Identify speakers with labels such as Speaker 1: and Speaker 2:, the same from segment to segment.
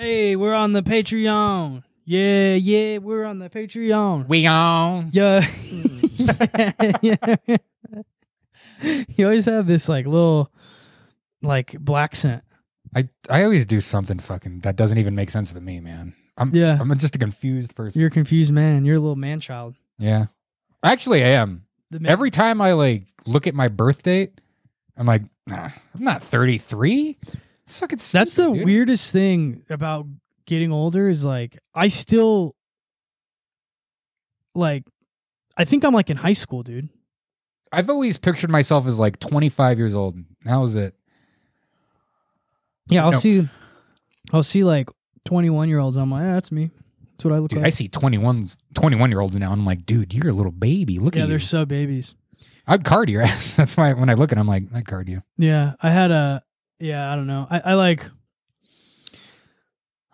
Speaker 1: Hey, we're on the Patreon. Yeah, yeah, we're on the Patreon.
Speaker 2: We on.
Speaker 1: Yeah. you always have this like little like black scent.
Speaker 2: I I always do something fucking that doesn't even make sense to me, man. I'm
Speaker 1: Yeah.
Speaker 2: I'm just a confused person.
Speaker 1: You're a confused man. You're a little man child.
Speaker 2: yeah. Actually, I am.
Speaker 1: The man-
Speaker 2: Every time I like look at my birth date, I'm like, nah, I'm not 33. It's fucking
Speaker 1: That's the
Speaker 2: stupid, dude.
Speaker 1: weirdest thing about getting older is like I still like I think I'm like in high school, dude.
Speaker 2: I've always pictured myself as like 25 years old. How is it?
Speaker 1: Yeah, I'll
Speaker 2: No.
Speaker 1: see I'll see like 21 year olds. I'm like, "Ah, that's me. That's what I look
Speaker 2: Dude,
Speaker 1: like.
Speaker 2: I see 21s, 21 year olds now. And I'm like, dude, you're a little baby. Look
Speaker 1: yeah,
Speaker 2: at
Speaker 1: they're
Speaker 2: you.
Speaker 1: so babies.
Speaker 2: I'd card your ass. That's why when I look at, it, I'm like, I'd card you.
Speaker 1: Yeah, I had a yeah, I don't know. I, I like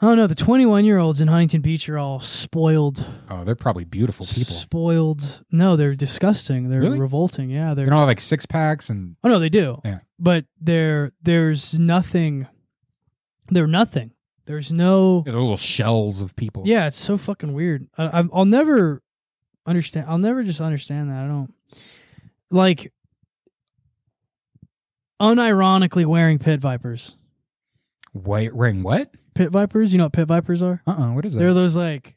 Speaker 1: I don't know, the 21 year olds in Huntington Beach are all spoiled
Speaker 2: Oh, they're probably beautiful people.
Speaker 1: spoiled. No, they're disgusting. They're
Speaker 2: Really?
Speaker 1: revolting. Yeah,
Speaker 2: They
Speaker 1: they're
Speaker 2: don't have like six packs and
Speaker 1: Oh no, they do.
Speaker 2: Yeah.
Speaker 1: But there there's nothing they're nothing. There's no
Speaker 2: they're little shells of people.
Speaker 1: Yeah, it's so fucking weird. I, I I'll never understand I'll never just understand that. I don't like unironically wearing pit vipers.
Speaker 2: White ring. What?
Speaker 1: Pit vipers, you know what pit vipers are?
Speaker 2: Uh uh What is that?
Speaker 1: They're those like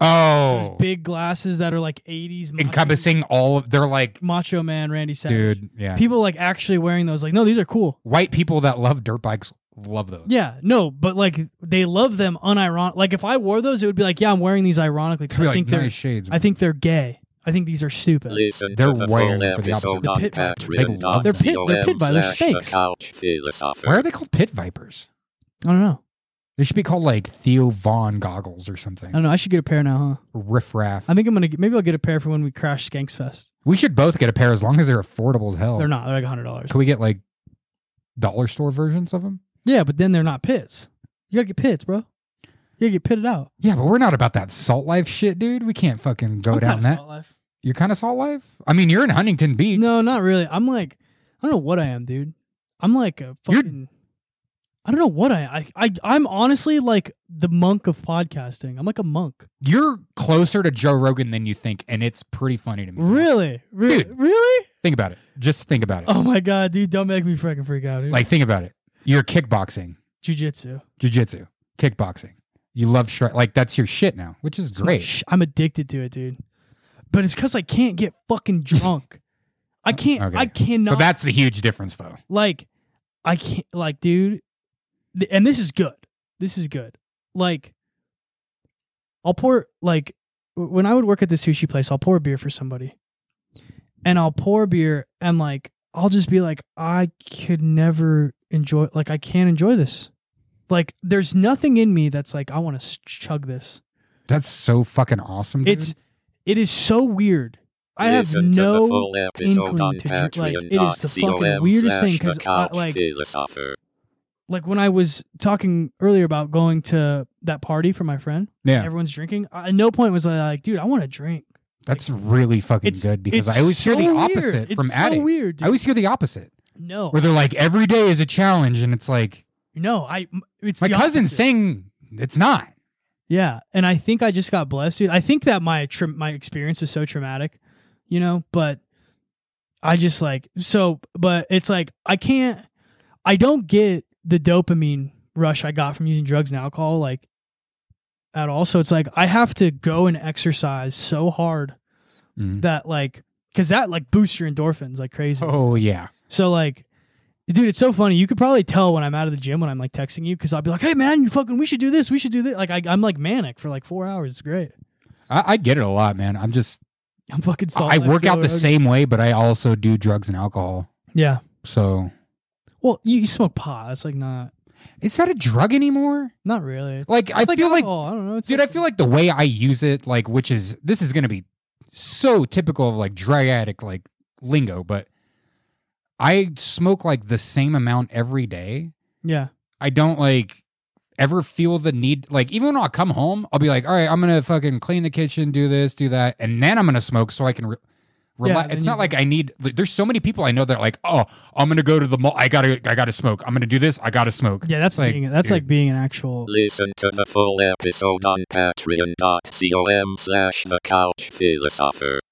Speaker 2: oh,
Speaker 1: those big glasses that are like 80s macho-
Speaker 2: encompassing all of. They're like,
Speaker 1: macho man Randy Savage.
Speaker 2: dude. Yeah.
Speaker 1: People like actually wearing those like no, these are cool.
Speaker 2: White people that love dirt bikes love those.
Speaker 1: Yeah, no, but like they love them unironic. Like if I wore those, it would be like, yeah, I'm wearing these ironically because
Speaker 2: Be
Speaker 1: I
Speaker 2: like,
Speaker 1: think
Speaker 2: nice
Speaker 1: they're
Speaker 2: shades.
Speaker 1: I think they're gay. I think these are stupid.
Speaker 3: Listen
Speaker 2: They're
Speaker 3: to the
Speaker 2: wired
Speaker 3: full
Speaker 2: for the
Speaker 3: episode
Speaker 2: opposite.
Speaker 3: on
Speaker 1: They're pit-
Speaker 3: patreon.com
Speaker 1: they're pit- they're pit by- they're
Speaker 3: slash
Speaker 1: snakes.
Speaker 3: the couch philosopher.
Speaker 2: Why are they called pit vipers?
Speaker 1: I don't know.
Speaker 2: They should be called like Theo Vaughn goggles or
Speaker 1: I
Speaker 2: something.
Speaker 1: don't know. I should get a pair now, huh?
Speaker 2: Riff raff.
Speaker 1: I think I'm gonna get, maybe I'll get a pair for when we crash Skanks Fest.
Speaker 2: We should both get a pair as long as they're affordable as hell.
Speaker 1: They're not. They're like hundred dollars.
Speaker 2: Can we get like dollar store versions of them?
Speaker 1: Yeah, but then they're not pits. You gotta get pits, bro. You gotta get pitted out.
Speaker 2: Yeah, but we're not about that salt life shit, dude. We can't fucking go
Speaker 1: I'm
Speaker 2: down
Speaker 1: kinda
Speaker 2: that.
Speaker 1: salt life.
Speaker 2: You're kind of salt life. I mean, you're in Huntington Beach.
Speaker 1: No, not really. I'm like, I don't know what I am, dude. I'm like a
Speaker 2: You're-
Speaker 1: fucking. I don't know what I, I I I'm honestly like the monk of podcasting. I'm like a monk.
Speaker 2: You're closer to Joe Rogan than you think, and it's pretty funny to me.
Speaker 1: Really, really,
Speaker 2: Dude.
Speaker 1: really.
Speaker 2: Think about it. Just think about it.
Speaker 1: Oh my god, dude! Don't make me freaking freak out, dude.
Speaker 2: Like, think about it. You're kickboxing,
Speaker 1: jujitsu.
Speaker 2: jujitsu, kickboxing. You love shri- like that's your shit now, which is
Speaker 1: It's my
Speaker 2: great.
Speaker 1: sh- I'm addicted to it, dude. But it's because I can't get fucking drunk. I can't.
Speaker 2: Okay.
Speaker 1: I cannot.
Speaker 2: so that's the huge difference, though.
Speaker 1: like I can't like dude th- and this is good. This is good. Like I'll pour like w- when I would work at the sushi place, I'll pour a beer for somebody. And I'll pour beer and like I'll just be like I could never enjoy like I can't enjoy this. Like there's nothing in me that's like I want to chug this.
Speaker 2: That's so fucking awesome. Dude.
Speaker 1: It's it is so weird. I have
Speaker 3: Listen to
Speaker 1: no
Speaker 3: the full episode
Speaker 1: inkling
Speaker 3: on
Speaker 1: to dr- like, it is
Speaker 3: patreon.com
Speaker 1: the fucking weirdest thing, 'cause
Speaker 3: slash the couch
Speaker 1: I, like-
Speaker 3: philosopher.
Speaker 1: like when I was talking earlier about going to that party for my friend,
Speaker 2: yeah,
Speaker 1: everyone's drinking. I, at no point was I like, dude, I want to drink.
Speaker 2: that's really fucking
Speaker 1: It's-
Speaker 2: good because
Speaker 1: it's
Speaker 2: I always hear
Speaker 1: so
Speaker 2: the
Speaker 1: weird.
Speaker 2: opposite
Speaker 1: It's
Speaker 2: from
Speaker 1: so
Speaker 2: addicts.
Speaker 1: weird, dude.
Speaker 2: I always hear the opposite
Speaker 1: No,
Speaker 2: where they're like, every day is a challenge, and it's like
Speaker 1: no, I. m- It's
Speaker 2: my
Speaker 1: the
Speaker 2: cousin's
Speaker 1: opposite.
Speaker 2: saying it's not.
Speaker 1: Yeah, and I think I just got blessed, dude. I think that my tra- my experience was so traumatic, you know. But I just like so, but it's like I can't. I don't get the dopamine rush I got from using drugs and alcohol, like at all. So it's like I have to go and exercise so hard
Speaker 2: Mhm.
Speaker 1: that like because that like boosts your endorphins like crazy.
Speaker 2: Oh yeah.
Speaker 1: So like, dude, it's so funny. You could probably tell when I'm out of the gym when I'm like texting you because I'll be like, "Hey man, you fucking, we should do this. We should do this." Like I, I'm like manic for like four hours. It's great.
Speaker 2: I, I get it a lot, man. I'm just
Speaker 1: I'm fucking. Salt
Speaker 2: I
Speaker 1: Life
Speaker 2: work out
Speaker 1: Joe
Speaker 2: the
Speaker 1: Rogan.
Speaker 2: same way, but I also do drugs and alcohol.
Speaker 1: Yeah.
Speaker 2: So
Speaker 1: Well, you, you smoke pot. It's like not
Speaker 2: is that a drug anymore?
Speaker 1: not really. It's
Speaker 2: Like I
Speaker 1: like
Speaker 2: feel like,
Speaker 1: alcohol. I don't know. It's
Speaker 2: dude, I feel like the way I use it, like which is this is gonna be so typical of like drug addict like lingo, but I smoke like the same amount every day.
Speaker 1: yeah.
Speaker 2: I don't like ever feel the need like even when I come home, I'll be like, all right, I'm gonna fucking clean the kitchen, do this, do that, and then I'm gonna smoke so I can. Re- Reli-
Speaker 1: Yeah,
Speaker 2: it's
Speaker 1: then
Speaker 2: not
Speaker 1: you-
Speaker 2: like I need. like, There's so many people I know that are like, oh, I'm gonna go to the mall. I gotta, I gotta smoke. I'm gonna do this. I gotta smoke.
Speaker 1: Yeah, that's
Speaker 2: Like,
Speaker 1: like being, that's
Speaker 2: dude.
Speaker 1: like being an actual.
Speaker 3: Listen to the full episode on patreon.com slash the couch philosopher.